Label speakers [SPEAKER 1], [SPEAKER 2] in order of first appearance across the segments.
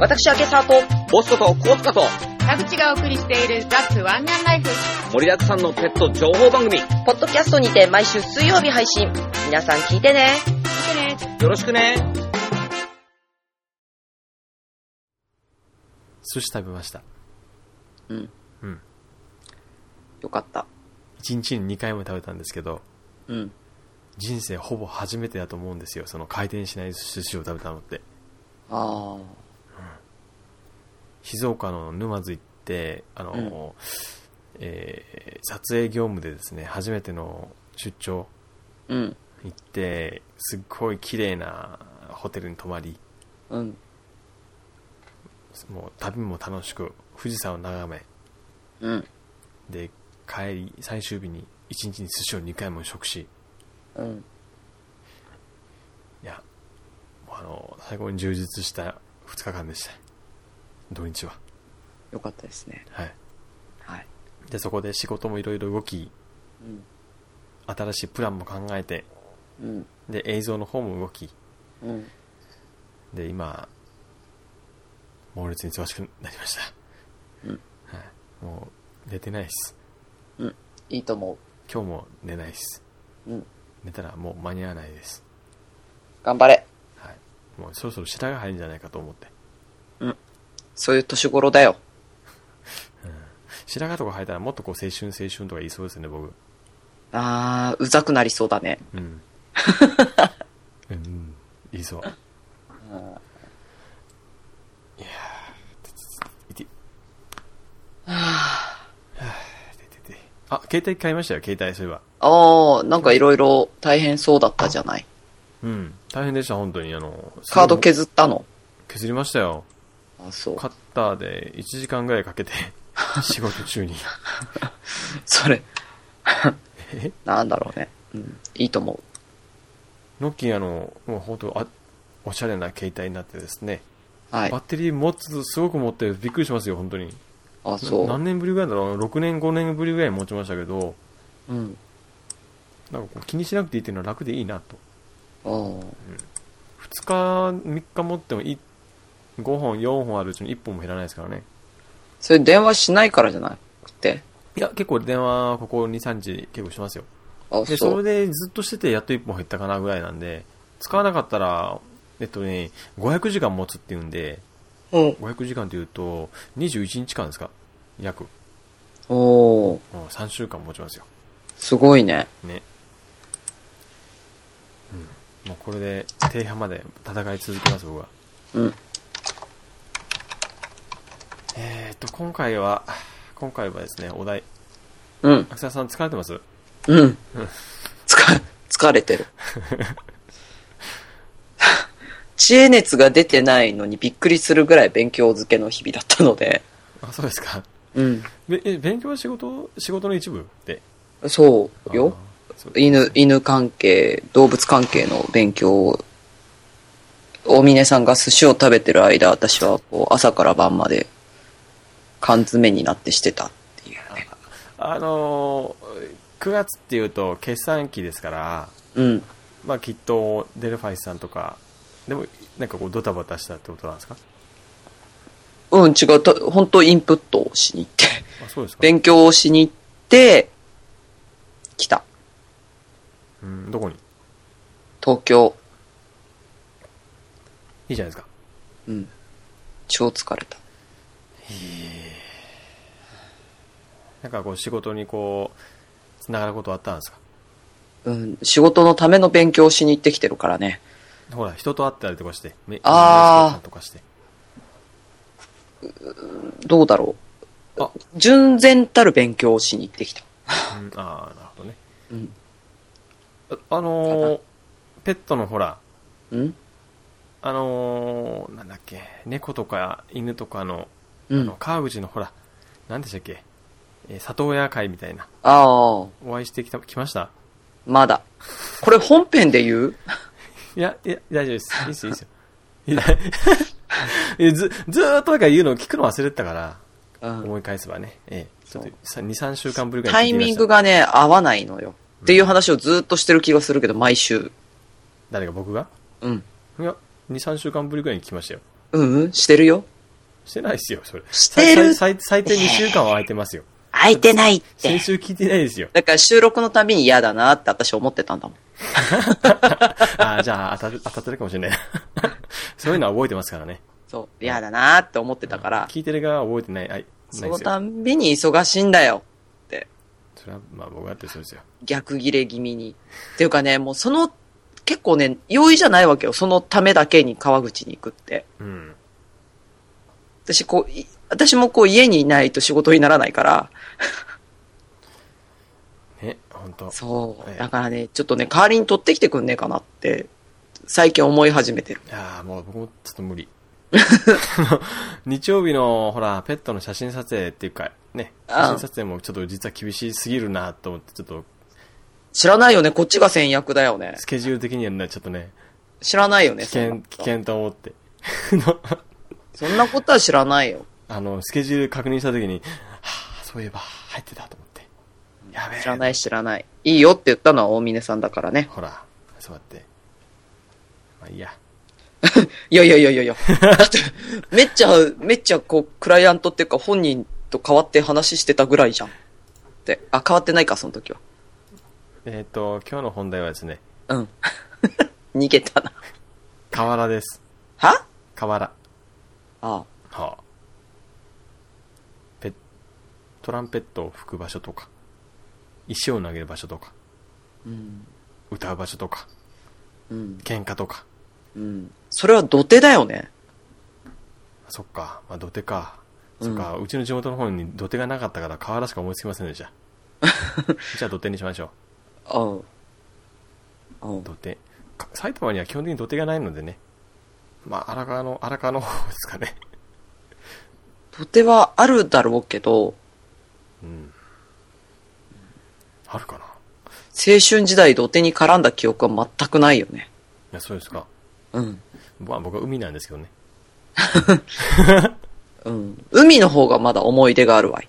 [SPEAKER 1] 私、明沢と
[SPEAKER 2] ボストとコーツカと
[SPEAKER 3] 田口がお送りしているザ・ツワンガンライフ。
[SPEAKER 2] 盛りだくさんのペット情報番組よ
[SPEAKER 1] ポッドキャストにて毎週水曜日配信皆さん聞いてね
[SPEAKER 3] 見てね
[SPEAKER 2] ろしくね
[SPEAKER 4] 寿司食べました。
[SPEAKER 1] うん
[SPEAKER 4] うん。
[SPEAKER 1] よかった
[SPEAKER 4] 1日に2回も食べたんですけど、
[SPEAKER 1] うん
[SPEAKER 4] 人生ほぼ初めてだと思うんですよ。その回転しない寿司を食べたのって。
[SPEAKER 1] ああ
[SPEAKER 4] 静岡の沼津行って、あの、
[SPEAKER 1] うん
[SPEAKER 4] えー撮影業務でですね、初めての出張
[SPEAKER 1] うん
[SPEAKER 4] 行って、すっごい綺麗なホテルに泊まり、
[SPEAKER 1] うん
[SPEAKER 4] もう旅も楽しく、富士山を眺め、
[SPEAKER 1] うん
[SPEAKER 4] で、帰り、最終日に1日に寿司を2回も食し、
[SPEAKER 1] うん
[SPEAKER 4] いや、もうあの、最後に充実した2日間でした。土日は。
[SPEAKER 1] よかったですね
[SPEAKER 4] はい。
[SPEAKER 1] はい
[SPEAKER 4] で、そこで仕事もいろいろ動き、
[SPEAKER 1] うん
[SPEAKER 4] 新しいプランも考えて、
[SPEAKER 1] うん
[SPEAKER 4] で、映像の方も動き、
[SPEAKER 1] うん
[SPEAKER 4] で、今、猛烈に忙しくなりました。
[SPEAKER 1] うん
[SPEAKER 4] はい。もう、寝てないっす。
[SPEAKER 1] うんいいと思
[SPEAKER 4] 今日も寝ないっす。
[SPEAKER 1] ううん
[SPEAKER 4] 寝たらもう間に合わないです。
[SPEAKER 1] 頑張れ
[SPEAKER 4] はい。もうそろそろ白が入るんじゃないかと思って。
[SPEAKER 1] そういう年頃だよ
[SPEAKER 4] 白髪とか生えたらもっとこう青春青春とか言いそうですね、僕。
[SPEAKER 1] ああうざくなりそうだね
[SPEAKER 4] うん。うん、言いそう。いやー、いて、いて。はぁ、いててて。あ、携帯買いましたよ、携帯、そういえば。
[SPEAKER 1] ああなんかいろいろ大変そうだったじゃない
[SPEAKER 4] うん。大変でした、本当に。あの、
[SPEAKER 1] カード
[SPEAKER 4] 削
[SPEAKER 1] 削ったの
[SPEAKER 4] 削りましたよ。
[SPEAKER 1] あそう
[SPEAKER 4] カッターで1時間ぐらいかけて、仕事中に。
[SPEAKER 1] そ れ
[SPEAKER 4] え
[SPEAKER 1] なんだろうねうんいいと思う
[SPEAKER 4] ノッキーあの、もう本当あ、おしゃれな携帯になってですね。
[SPEAKER 1] はい
[SPEAKER 4] バッテリー持つ、すごく持って、びっくりしますよ、本当に。
[SPEAKER 1] あそ
[SPEAKER 4] 何年ぶりぐらいだろう ?6 年、5年ぶりぐらい持ちましたけど、
[SPEAKER 1] ううん
[SPEAKER 4] なんかこう気にしなくていいっていうのは楽でいいなと。
[SPEAKER 1] あー
[SPEAKER 4] 2日、3日持ってもいい5本、4本あるうちの1本も減らないですからね。
[SPEAKER 1] それ電話しないからじゃなくて
[SPEAKER 4] いや、結構電話、ここ2、3日結構しますよ。
[SPEAKER 1] あ
[SPEAKER 4] で、
[SPEAKER 1] そ
[SPEAKER 4] そうれでずっとしててやっと1本減ったかなぐらいなんで、使わなかったら、えっとね、500時間持つっていうんで、
[SPEAKER 1] うん
[SPEAKER 4] 500時間というと、21日間ですか約。
[SPEAKER 1] おー
[SPEAKER 4] うん3週間持ちますよ。
[SPEAKER 1] すごいね
[SPEAKER 4] ね。うん。もうこれで、停波まで戦い続けます、僕は。
[SPEAKER 1] うん
[SPEAKER 4] えー、っと、今回は、今回はですね、お題。
[SPEAKER 1] うん
[SPEAKER 4] アクさん疲れてます
[SPEAKER 1] うん。疲、疲れてる。 知恵熱が出てないのにびっくりするぐらい勉強漬けの日々だったので。
[SPEAKER 4] あ、そうですか。
[SPEAKER 1] うん。
[SPEAKER 4] べえ、勉強は仕事仕事の一部で。
[SPEAKER 1] そうよ。
[SPEAKER 4] あー。そう
[SPEAKER 1] 犬、犬関係、動物関係の勉強を、大峰さんが寿司を食べてる間、私はこう朝から晩まで缶詰になってしてたっていうね。
[SPEAKER 4] あのー、9月っていうと、決算期ですから、
[SPEAKER 1] うん。
[SPEAKER 4] まあきっと、デルファイスさんとか、でも、なんかこう、ドタバタしたってことなんですか
[SPEAKER 1] うん、違う。た本当インプットをしに行って。
[SPEAKER 4] あ、そうですか。
[SPEAKER 1] 勉強をしに行って、来た。
[SPEAKER 4] うん、どこにい
[SPEAKER 1] 東京。
[SPEAKER 4] いじゃないですか。
[SPEAKER 1] うん。超疲れた。
[SPEAKER 4] なんかこう、仕事にこう、つながることあったんですか
[SPEAKER 1] うん。仕事のための勉強をしに行ってきてるからね。
[SPEAKER 4] ほら、人と会ったりとかして、め
[SPEAKER 1] あー
[SPEAKER 4] 面接とかして。
[SPEAKER 1] どうだろう。
[SPEAKER 4] あ
[SPEAKER 1] 純然たる勉強をしに行ってきた。
[SPEAKER 4] うん、ああ、なるほどね。
[SPEAKER 1] うん。
[SPEAKER 4] ああのー、ペットのほら、
[SPEAKER 1] うん
[SPEAKER 4] あのー、なんだっけ、猫とか犬とかの、
[SPEAKER 1] う
[SPEAKER 4] あ
[SPEAKER 1] ん
[SPEAKER 4] の。川口のほら、なんでしたっけ、えー里親会みたいな、
[SPEAKER 1] ああ、
[SPEAKER 4] お会いしてきた、来ました
[SPEAKER 1] まだ。これ本編で言う
[SPEAKER 4] いや、いや、大丈夫 です。いいですよ、いいですよ。いやえず、 ずーっとなんか言うのを聞くの忘れてたから、
[SPEAKER 1] うん。
[SPEAKER 4] 思い返せばね、ええ、ち
[SPEAKER 1] そ
[SPEAKER 4] ょ
[SPEAKER 1] う
[SPEAKER 4] っとさ2、3週間ぶりぐら
[SPEAKER 1] タ
[SPEAKER 4] い
[SPEAKER 1] イ
[SPEAKER 4] に聞いてみまし
[SPEAKER 1] ミン
[SPEAKER 4] た
[SPEAKER 1] グがね、合わないのよ。っていう話をずっとしてる気がするけど、毎週。
[SPEAKER 4] 誰が僕が
[SPEAKER 1] うん。
[SPEAKER 4] いや、2、3週間ぶりぐらいに聞きましたよ。
[SPEAKER 1] うんうん、してるよ。
[SPEAKER 4] してないですよ、それ。
[SPEAKER 1] してる
[SPEAKER 4] 最最最低2週間は空いてますよ。
[SPEAKER 1] 空いてないっ
[SPEAKER 4] 先。週聞いてないですよ。
[SPEAKER 1] だから収録のたびに嫌だなって私思ってたんだもん。
[SPEAKER 4] ああ、じゃあ当たる、当たってるかもしれない。 そういうのは覚えてますからね。
[SPEAKER 1] そう、嫌だなって思ってたから、
[SPEAKER 4] 聞いてる側は覚えてない。はい。ない
[SPEAKER 1] そ
[SPEAKER 4] で
[SPEAKER 1] の
[SPEAKER 4] すよ。
[SPEAKER 1] たんびに忙しいんだよって、
[SPEAKER 4] それは、まあ僕だってそうですよ。
[SPEAKER 1] 逆切れ気味に。っていうかね、もうその、結構ね、容易じゃないわけよ。そのためだけに川口に行くって。
[SPEAKER 4] うん。
[SPEAKER 1] 私こう、い私もこう家にいないと仕事にならないから、
[SPEAKER 4] ね、本当。
[SPEAKER 1] そ
[SPEAKER 4] ええ
[SPEAKER 1] う。だからね、ちょっとね、代わりに取ってきてくんねえかなって、最近思い始めてる。
[SPEAKER 4] いやーもう僕もちょっと無理。 日曜日の、ほら、ペットの写真撮影っていうか、ね、
[SPEAKER 1] あ
[SPEAKER 4] 写真撮影もちょっと実は厳しすぎるなと思って、ちょっと、
[SPEAKER 1] 知らないよね、こっちが先役だよね
[SPEAKER 4] ス。ケジュール的にはね、ちょっとね、
[SPEAKER 1] 知らないよね、
[SPEAKER 4] 危
[SPEAKER 1] そんな
[SPEAKER 4] 険、
[SPEAKER 1] こ
[SPEAKER 4] 危
[SPEAKER 1] とは
[SPEAKER 4] 険と思って。の
[SPEAKER 1] そんなことは知らないよ。
[SPEAKER 4] あの、スケジュール確認した時に、はぁ、そういえば、入ってたと思って。やべえ。
[SPEAKER 1] 知らない、知らない。いいよって言ったのは大峰さんだからね。
[SPEAKER 4] ほら、そうやって。まあいいや。
[SPEAKER 1] いやいやいや いやいや。だって、めっちゃ、めっちゃこう、クライアントっていうか本人と変わって話してたぐらいじゃん。って、あ、変わってないか、その時は。
[SPEAKER 4] えっ、と、今日の本題はですね、
[SPEAKER 1] うん。 逃げたな。
[SPEAKER 4] 河原です。
[SPEAKER 1] は
[SPEAKER 4] 河原。
[SPEAKER 1] ああ。
[SPEAKER 4] はあ、ペトランペットを吹く場所とか石を投げる場所とか
[SPEAKER 1] うん。
[SPEAKER 4] 歌う場所とか
[SPEAKER 1] うん。
[SPEAKER 4] 喧嘩とか
[SPEAKER 1] うん。それは土手だよね。
[SPEAKER 4] そっか、まあ、土手かそっか、うちの地元の方に土手がなかったから河原しか思いつきませんで したじゃあ土手にしましょ
[SPEAKER 1] あうん。うん
[SPEAKER 4] う土手か埼玉には基本的に土手がないのでねまあ荒川の荒川の方ですかね
[SPEAKER 1] 土手はあるだろうけど、
[SPEAKER 4] うんあるかない
[SPEAKER 1] 青春時代土手に絡んだ記憶は全くないよね。
[SPEAKER 4] やそうですか
[SPEAKER 1] うん。
[SPEAKER 4] まあ僕は海なんですけどね
[SPEAKER 1] うん。海の方がまだ思い出があるわい。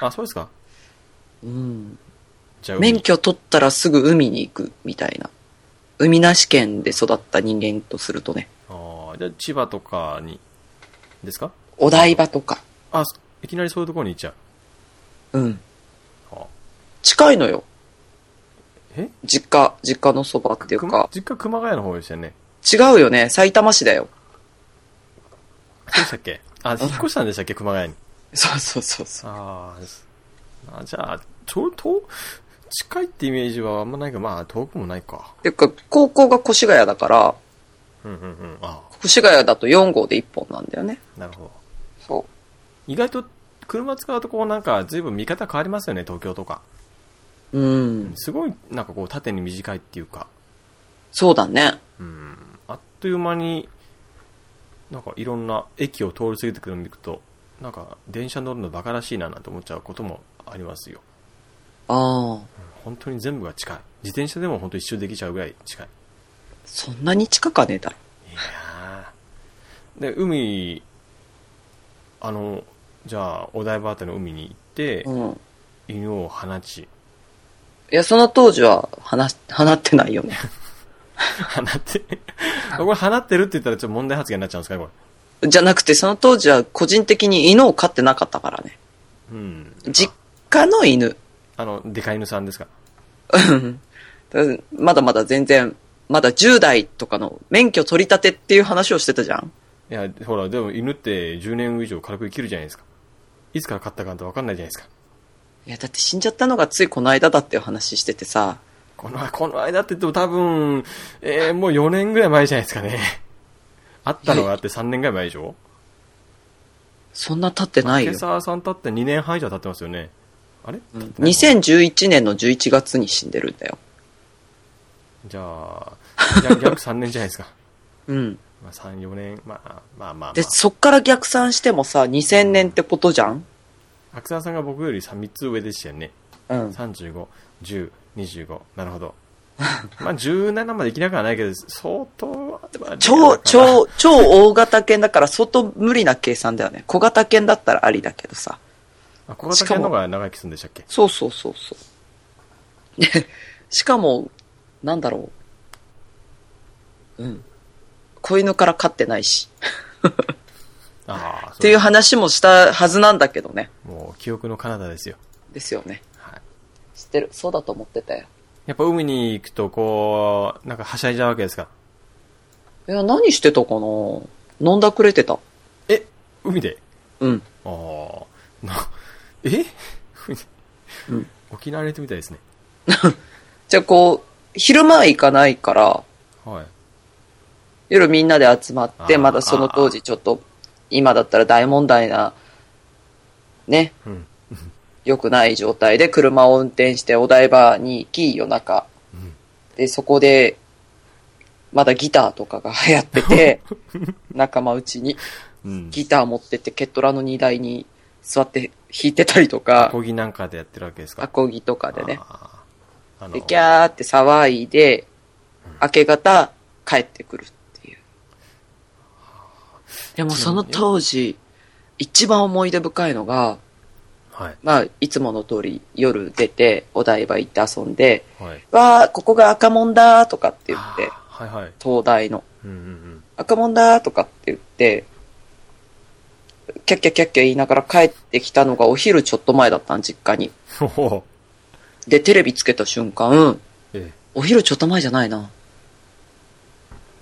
[SPEAKER 4] あそうですか
[SPEAKER 1] うん。
[SPEAKER 4] じゃあ海
[SPEAKER 1] 免許取ったらすぐ海に行くみたいな。海なし県で育った人間とするとね、
[SPEAKER 4] ああ、じゃあ千葉とかに、ですか
[SPEAKER 1] お台場とか。
[SPEAKER 4] あ、そいきなりそういうところに行っちゃう。
[SPEAKER 1] うん。
[SPEAKER 4] あ
[SPEAKER 1] 近いのよ。
[SPEAKER 4] え
[SPEAKER 1] 実家、実家のそばっていう
[SPEAKER 4] 熊
[SPEAKER 1] か。
[SPEAKER 4] 実家熊谷の方でしたよね。
[SPEAKER 1] 違うよね。埼玉市だよ。
[SPEAKER 4] そうでしたっけあ、引っ越したんでしたっけ熊谷に。
[SPEAKER 1] そうそうそうそう。
[SPEAKER 4] あーですあ、じゃあ、ちょ、と、近いってイメージはあんまないけど、まあ遠くもないか。
[SPEAKER 1] っていうか、高校が越谷だから、
[SPEAKER 4] うんうんうん。あ
[SPEAKER 1] 越谷だと4号で1本なんだよね。
[SPEAKER 4] あ、なるほど。
[SPEAKER 1] そう。
[SPEAKER 4] 意外と、車使うとこうなんか随分見方変わりますよね、東京とか。
[SPEAKER 1] うん。
[SPEAKER 4] すごいなんかこう縦に短いっていうか、
[SPEAKER 1] そうだね。
[SPEAKER 4] うん、あっという間になんかいろんな駅を通り過ぎてくるのを見るとなんか電車乗るのバカらしいななんて思っちゃうこともありますよ
[SPEAKER 1] ああ。
[SPEAKER 4] 本当に全部が近い自転車でも本当一周できちゃうぐらい近い
[SPEAKER 1] そんなに近かねえだろ。
[SPEAKER 4] いやーで海あのじゃあお台場辺りの海に行って、
[SPEAKER 1] うん。
[SPEAKER 4] 犬を放ち
[SPEAKER 1] いや、その当時は、話、放ってないよね。
[SPEAKER 4] 放って これ放ってるって言ったらちょっと問題発言になっちゃうんですかねこ
[SPEAKER 1] じゃなくて、その当時は個人的に犬を飼ってなかったからね。
[SPEAKER 4] れうん
[SPEAKER 1] 実家の犬。
[SPEAKER 4] あのでかい犬さんですか
[SPEAKER 1] まだまだ全然、まだ10代とかの免許取り立てっていう話をしてたじゃん。
[SPEAKER 4] いや、ほら、でも犬って10年以上軽く生きるじゃないですか。いつから飼ったかなんて分かんないじゃないですか。
[SPEAKER 1] いや、だって死んじゃったのがついこの間だっていう話しててさ、
[SPEAKER 4] この、この間って言っても多分、えー、もう4年ぐらい前じゃないですかね。あったのがあって3年ぐらい前でしょ
[SPEAKER 1] そんな経ってないよ
[SPEAKER 4] 竹。沢さん経って2年半以上経ってますよね。あれ、
[SPEAKER 1] うん
[SPEAKER 4] 経ってない
[SPEAKER 1] 2011年の11月に死んでるんだよ。
[SPEAKER 4] じゃあ、じゃあ 約3年じゃないですか。
[SPEAKER 1] うん。
[SPEAKER 4] まあ、3、4年、まあ、まあまあ、まあ。
[SPEAKER 1] で、そっから逆算してもさ、2000年ってことじゃん
[SPEAKER 4] 竹沢さんが僕より 3, つ上でしたよね。
[SPEAKER 1] うん。
[SPEAKER 4] 35、10、25。なるほ ど。まあ、17までいきなくはないけど、相当は、まあ
[SPEAKER 1] 超、超、超大型犬だから相当無理な計算だよね。小型犬だったらありだけどさ。
[SPEAKER 4] あ、小型犬の方が長生きするんでしたっけ
[SPEAKER 1] そうそうそうそう。 でしかも、なんだろう。うん。子犬から飼ってないし。っていう話もしたはずなんだけどね。
[SPEAKER 4] もう記憶の彼方ですよ。
[SPEAKER 1] ですよね。
[SPEAKER 4] はい。
[SPEAKER 1] 知ってる。そうだと思ってたよ。
[SPEAKER 4] やっぱ海に行くとこう、なんかはしゃいじゃうわけですか。
[SPEAKER 1] いや、何してたかな飲んだくれてた。
[SPEAKER 4] え海で
[SPEAKER 1] うん。
[SPEAKER 4] ああ、な、え
[SPEAKER 1] うん
[SPEAKER 4] 沖縄に行ってみたいですね。
[SPEAKER 1] じゃあこう、昼間は行かないから、
[SPEAKER 4] はい。
[SPEAKER 1] 夜みんなで集まっ
[SPEAKER 4] あ
[SPEAKER 1] て、
[SPEAKER 4] ー
[SPEAKER 1] まだその当時ちょっと、今だったら大問題な、ね、
[SPEAKER 4] うん。
[SPEAKER 1] 良くない状態で車を運転してお台場に行き、夜中。
[SPEAKER 4] うん
[SPEAKER 1] で、そこで、まだギターとかが流行って て、仲間うちに
[SPEAKER 4] うん。
[SPEAKER 1] ギター持ってって、ケトラの荷台に座って弾いてたりとか、
[SPEAKER 4] 講義なんかでやってるわけですか
[SPEAKER 1] アコギとかでね。
[SPEAKER 4] あーあの
[SPEAKER 1] で、ギャーって騒いで、明け方帰ってくるっていう。でもその当時、一番思い出深いのが、
[SPEAKER 4] はい。
[SPEAKER 1] まあ、いつもの通り夜出て、お台場行って遊んで、
[SPEAKER 4] はい。
[SPEAKER 1] わー、ここが赤門だーとかって言って、
[SPEAKER 4] あーはいはい。
[SPEAKER 1] 東大の。
[SPEAKER 4] うんうん
[SPEAKER 1] 赤門だーとかって言って、キャッキャッキャッキャ言いながら帰ってきたのがお昼ちょっと前だったん、実家に。
[SPEAKER 4] うん。 おお。
[SPEAKER 1] で、テレビつけた瞬間、
[SPEAKER 4] え
[SPEAKER 1] お昼ちょっと前じゃないな。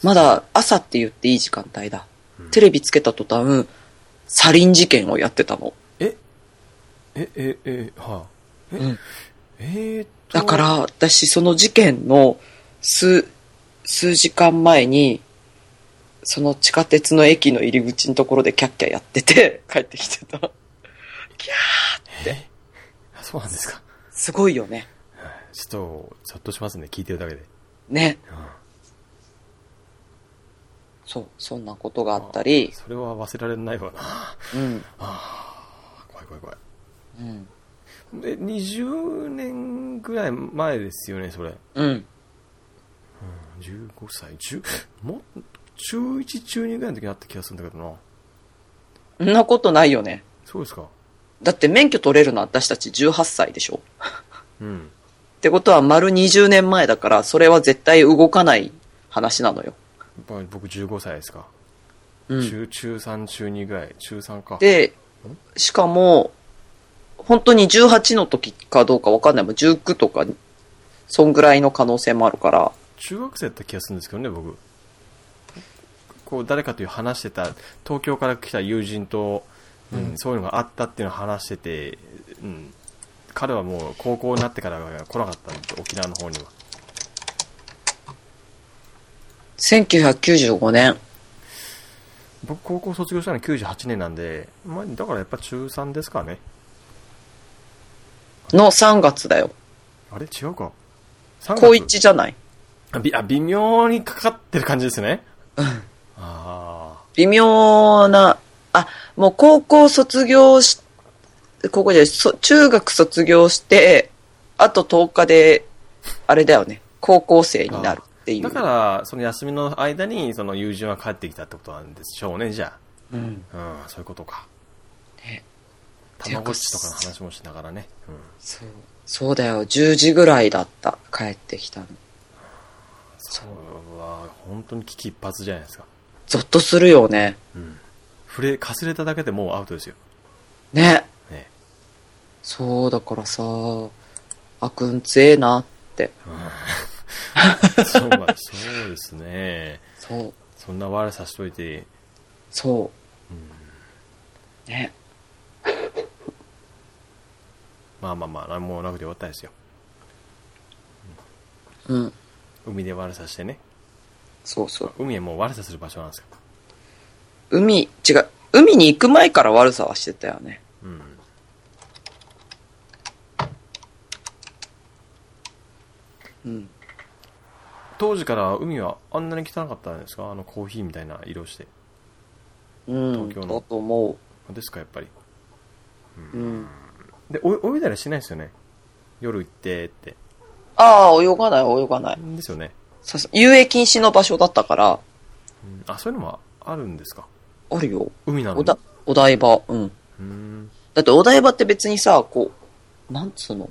[SPEAKER 1] まだ朝って言っていい時間帯だ。テレビつけた途端、サリン事件をやってたの。
[SPEAKER 4] え。え、え、え、はあ、え、
[SPEAKER 1] うん
[SPEAKER 4] えーっと。
[SPEAKER 1] だか。ら、私、その事件の数、数時間前に、その地下鉄の駅の入り口のところでキャッキャやってて、 帰ってきてた。
[SPEAKER 4] えあ そうなんですか。
[SPEAKER 1] すごいよね。
[SPEAKER 4] ちょっと、ざっとしますね、聞いてるだけで。
[SPEAKER 1] ね。
[SPEAKER 4] うん
[SPEAKER 1] そう、そんなことがあったり、
[SPEAKER 4] それは忘れられないわな。
[SPEAKER 1] うん、
[SPEAKER 4] 怖い怖い怖い。
[SPEAKER 1] うん、
[SPEAKER 4] え、20年ぐらい前ですよね、それ。
[SPEAKER 1] うん。
[SPEAKER 4] 15歳、10、もう、中1、中2ぐらいの時にあった気がするんだけどな。
[SPEAKER 1] そんなことないよね。
[SPEAKER 4] そうですか。
[SPEAKER 1] だって免許取れるの私たち18歳でしょ
[SPEAKER 4] うん。
[SPEAKER 1] ってことは丸20年前だから、それは絶対動かない話なのよ。
[SPEAKER 4] やっぱ僕15歳ですか。
[SPEAKER 1] うん、
[SPEAKER 4] 中、中3、中2ぐらい。中3か。
[SPEAKER 1] で、しかも、本当に18の時かどうかわかんないもん。19とか、そんぐらいの可能性もあるから。
[SPEAKER 4] 中学生だった気がするんですけどね、僕。こう、誰かという話してた、東京から来た友人と、うんそういうのがあったっていうのを話してて、うん、彼はもう高校になってからは来なかったんで、沖縄の方には。
[SPEAKER 1] 1995年。
[SPEAKER 4] 僕、高校卒業したのは98年なんで、まあ、だからやっぱ中3ですかね。
[SPEAKER 1] の3月だよ。
[SPEAKER 4] あれ違うか。3
[SPEAKER 1] 高1じゃない
[SPEAKER 4] あびあ、微妙にかかってる感じですね。あ
[SPEAKER 1] 微妙な、あ、もう高校卒業し、高校じゃないそ中学卒業して、あと10日で、あれだよね、高校生になるってい
[SPEAKER 4] あ。だ
[SPEAKER 1] う。
[SPEAKER 4] から、その休みの間に、その友人は帰ってきたってことなんでしょうね、じゃ
[SPEAKER 1] うん、
[SPEAKER 4] あ。うん、そういうことか。
[SPEAKER 1] ね
[SPEAKER 4] たまごっちとかの話もしながらね。うん。
[SPEAKER 1] そう。そうだよ、10時ぐらいだった、帰ってきたの。
[SPEAKER 4] それは、本当に危機一髪じゃないですか。
[SPEAKER 1] ゾッとするよね。
[SPEAKER 4] うん。触れ、かすれただけでもうアウトですよ。
[SPEAKER 1] ね。
[SPEAKER 4] ね。
[SPEAKER 1] そう、だからさ、あくん強えなって。
[SPEAKER 4] そうまあそうですね。
[SPEAKER 1] そう、
[SPEAKER 4] そんな悪さしといて、
[SPEAKER 1] そう。ね。
[SPEAKER 4] まあまあまあ、何もなくて終わったですよ。
[SPEAKER 1] うん。
[SPEAKER 4] 海で悪さしてね。
[SPEAKER 1] そうそう。
[SPEAKER 4] 海はもう悪さする場所なんですよ。
[SPEAKER 1] 海、違う。海に行く前から悪さはしてたよね。
[SPEAKER 4] うん。
[SPEAKER 1] うん。
[SPEAKER 4] 当時から海はあんなに汚かったんですかあのコーヒーみたいな色して。
[SPEAKER 1] うん。
[SPEAKER 4] 東京
[SPEAKER 1] だ
[SPEAKER 4] の
[SPEAKER 1] と思
[SPEAKER 4] ですか、やっぱり。
[SPEAKER 1] う。うん。
[SPEAKER 4] で、お泳いだりしないですよね。夜行ってって。
[SPEAKER 1] ああ、泳がない、泳がない。
[SPEAKER 4] ですよね。
[SPEAKER 1] さす遊泳禁止の場所だったから、
[SPEAKER 4] うんあ、そういうのもあるんですか
[SPEAKER 1] あるよ。
[SPEAKER 4] 海なの
[SPEAKER 1] お
[SPEAKER 4] に。
[SPEAKER 1] だ、お台場。うん。
[SPEAKER 4] うん。
[SPEAKER 1] だってお台場って別にさ、こう、なんつうの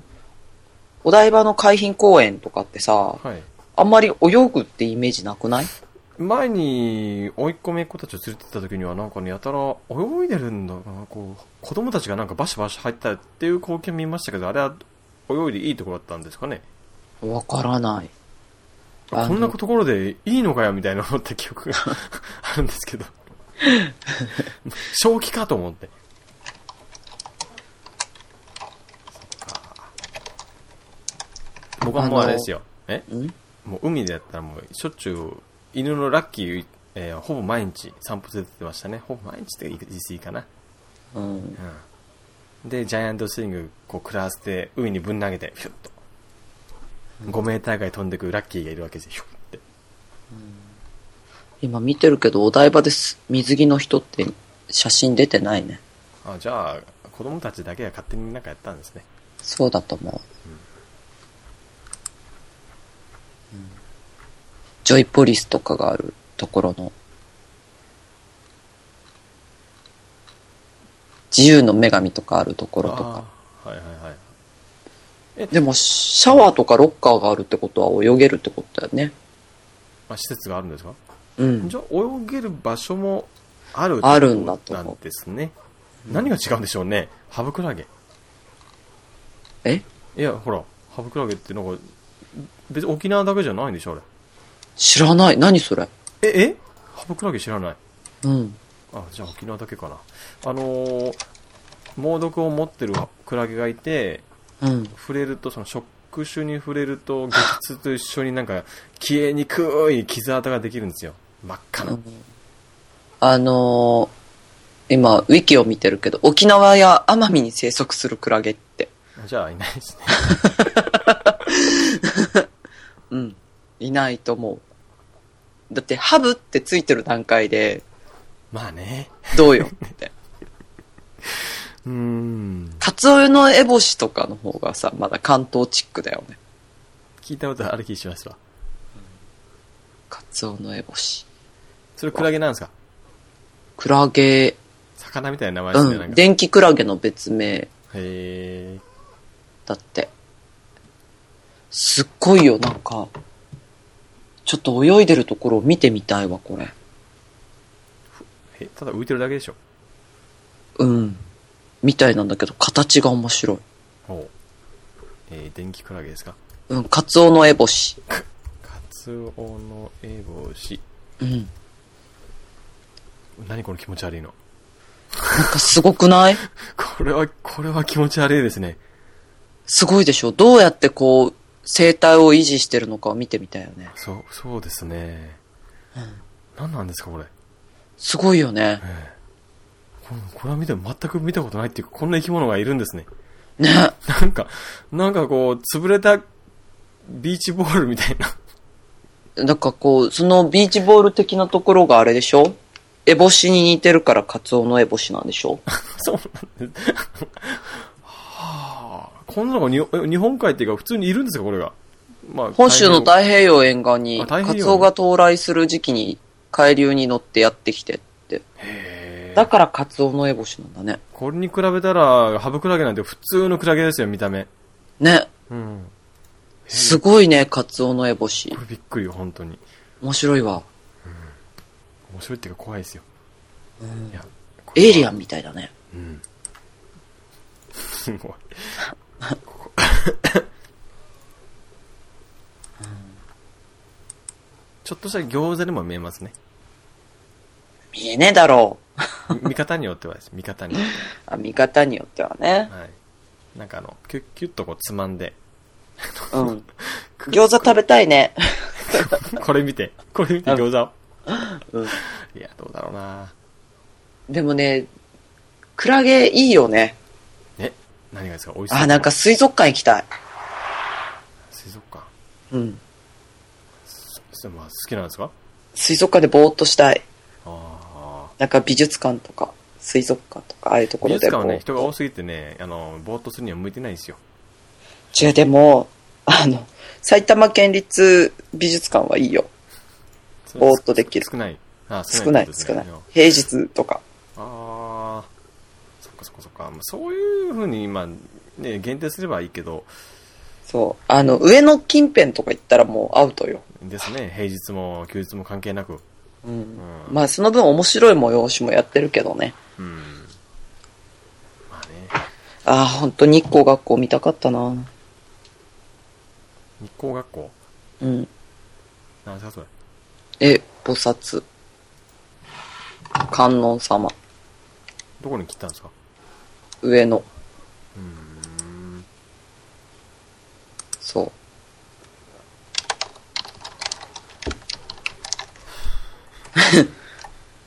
[SPEAKER 1] お台場の海浜公園とかってさ、
[SPEAKER 4] はい。
[SPEAKER 1] あんまり泳ぐってイメージなくない
[SPEAKER 4] 前に追い込めっ子たちを連れてった時にはなんかねやたら泳いでるんだなこう子供たちがなんかバシバシ入ったっていう光景見ましたけどあれは泳いでいいところだったんですかね
[SPEAKER 1] わからない。あの
[SPEAKER 4] こんなところでいいのかよみたいな思った記 憶があるんですけど正気かと思ってそっか僕はもうあれですよえ
[SPEAKER 1] ん
[SPEAKER 4] もう海でやったらもうしょっちゅう犬のラッキー、えーほぼ毎日散歩連れてってましたねほぼ毎日って言い過ぎかな、
[SPEAKER 1] うん。
[SPEAKER 4] うん、でジャイアントスイングこう食らわせて海にぶん投げてヒュッと5メーターぐらい飛んでくるラッキーがいるわけですよヒュッて
[SPEAKER 1] 今見てるけど、お台場です。水着の人って写真出てないね。
[SPEAKER 4] あじゃあ子供たちだけが勝手になんかやったんですね
[SPEAKER 1] そうだと思う。うんジョイポリスとかがあるところの、自由の女神とかあるところとか。
[SPEAKER 4] あーはいはいはい
[SPEAKER 1] でも、シャワーとかロッカーがあるってことは泳げるってことだよね。
[SPEAKER 4] あ施設があるんですか、
[SPEAKER 1] うん
[SPEAKER 4] じ。ゃあ泳げる場所もある
[SPEAKER 1] あるんだと思う
[SPEAKER 4] なんですね何が違うんでしょうねハブクラゲ
[SPEAKER 1] え
[SPEAKER 4] いやほらハブクラゲってなんか別に沖縄だけじゃないんでしょあれ
[SPEAKER 1] 知らない。何それ。
[SPEAKER 4] ええハブクラゲ知らない
[SPEAKER 1] うん。
[SPEAKER 4] あじゃあ沖縄だけかなあのー猛毒を持ってるクラゲがいて
[SPEAKER 1] うん。
[SPEAKER 4] 触れるとその触手に触れると激痛と一緒になんか消えにくい傷跡ができるんですよ真っ赤な、
[SPEAKER 1] あのー今、ウィキを見てるけど、沖縄や奄美に生息するクラゲって、
[SPEAKER 4] じゃあいないです ね
[SPEAKER 1] うん、いないと思う。だって、ハブってついてる段階で、
[SPEAKER 4] まあね
[SPEAKER 1] どうよって。
[SPEAKER 4] うーん
[SPEAKER 1] カツオのエボシとかの方がさ、まだ関東チックだよね。
[SPEAKER 4] 聞いたことある気しますわ
[SPEAKER 1] カツオのエボシ。
[SPEAKER 4] それクラゲなんですか
[SPEAKER 1] クラゲ、
[SPEAKER 4] 魚みたいな名前ですね、
[SPEAKER 1] う
[SPEAKER 4] なん
[SPEAKER 1] ん、
[SPEAKER 4] かへ
[SPEAKER 1] 電気クラゲの別名
[SPEAKER 4] え
[SPEAKER 1] だって。すっごいよ、なんか。ちょっと泳いでるところを見てみたいわ、これ。
[SPEAKER 4] えただ浮いてるだけでしょ
[SPEAKER 1] うん。みたいなんだけど、形が面白い。
[SPEAKER 4] おうえー、電気クラゲですか
[SPEAKER 1] うん、カツオのエボシ。
[SPEAKER 4] カツオのエボシ
[SPEAKER 1] うん。
[SPEAKER 4] 何この気持ち悪いの
[SPEAKER 1] なんかすごくない
[SPEAKER 4] これはこれは気持ち悪いですね
[SPEAKER 1] すごいでしょどうやってこう、生態を維持してるのかを見てみたいよね。
[SPEAKER 4] そうそうですね、何なんですかこれ
[SPEAKER 1] すごいよね。
[SPEAKER 4] ここれは見ても全く見たことないっていうか、こんな生き物がいるんですね。
[SPEAKER 1] ね。
[SPEAKER 4] なんか、なんかこう、潰れたビーチボールみたいな。
[SPEAKER 1] なんかこう、そのビーチボール的なところがあれでしょエボシに似てるからカツオのエボシなんでしょ
[SPEAKER 4] そうなんです。はあ、こんなのがに日本海っていうか、普通にいるんですか、これが。まあ
[SPEAKER 1] 本州の太平洋沿岸
[SPEAKER 4] あ
[SPEAKER 1] に
[SPEAKER 4] 太平洋
[SPEAKER 1] カツオが到来する時期に海流に乗ってやってきてって。
[SPEAKER 4] へえ
[SPEAKER 1] だからカツオのエボシなんだね。
[SPEAKER 4] これに比べたら、ハブクラゲなんて普通のクラゲですよ、見た目。
[SPEAKER 1] ね。
[SPEAKER 4] うん。
[SPEAKER 1] すごいね、カツオのエボシ
[SPEAKER 4] こ。れびっくりよ、本当に。
[SPEAKER 1] 面白いわ。
[SPEAKER 4] 面白いっていうか怖いですよ。いやこれは
[SPEAKER 1] エイリアンみたいだね。
[SPEAKER 4] うん。すごい。ここちょっとした餃子にも見えますね。
[SPEAKER 1] 見えねえだろう。
[SPEAKER 4] み見方によってはです。見方によっ
[SPEAKER 1] あ、見方によってはね
[SPEAKER 4] て。。はい。なんかあの、キュッキュッとこうつまんで、
[SPEAKER 1] うん。餃子食べたいね。
[SPEAKER 4] これ見て、これ見て餃子を。
[SPEAKER 1] うん。
[SPEAKER 4] いや、どうだろうな
[SPEAKER 1] でもね、クラゲいいよね。
[SPEAKER 4] え何がですか美味しそう。
[SPEAKER 1] あ、なんか。水族館行きたい。
[SPEAKER 4] 水族館。
[SPEAKER 1] うん。
[SPEAKER 4] そまあ、好きなんですか
[SPEAKER 1] 水族館でぼーっとしたい。
[SPEAKER 4] ああ。
[SPEAKER 1] なんか美術館とか、水族館とか、ああいうとこ
[SPEAKER 4] 美
[SPEAKER 1] ろ
[SPEAKER 4] 術
[SPEAKER 1] で
[SPEAKER 4] 館
[SPEAKER 1] こ
[SPEAKER 4] は
[SPEAKER 1] う。
[SPEAKER 4] ね、人が多すぎてね、あの、ぼーっとするには向いてないんですよ。
[SPEAKER 1] 違う、でも、あの、埼玉県立美術館はいいよ。
[SPEAKER 4] それ
[SPEAKER 1] ぼーっとできる
[SPEAKER 4] 少ない。あ
[SPEAKER 1] 少ない、
[SPEAKER 4] ってこと
[SPEAKER 1] 少
[SPEAKER 4] で
[SPEAKER 1] ない
[SPEAKER 4] すね。
[SPEAKER 1] 平日とか。
[SPEAKER 4] ああ、そっかそっかそっか。まあそういうふうに、まあ、ね、限定すればいいけど、
[SPEAKER 1] そう。あの、上の近辺とか行ったらもうアウトよ。
[SPEAKER 4] ですね。平日も休日も関係なく。
[SPEAKER 1] うん
[SPEAKER 4] うん。
[SPEAKER 1] まあ、その分面白い催しもやってるけどね。
[SPEAKER 4] うん。まあね。
[SPEAKER 1] ああ、ほんと日光学校見たかったな。
[SPEAKER 4] 日光学校。
[SPEAKER 1] うん。
[SPEAKER 4] 何ですかそれ。
[SPEAKER 1] え、菩薩。観音様。
[SPEAKER 4] どこに切ったんですか
[SPEAKER 1] 上野。
[SPEAKER 4] うん。
[SPEAKER 1] そう。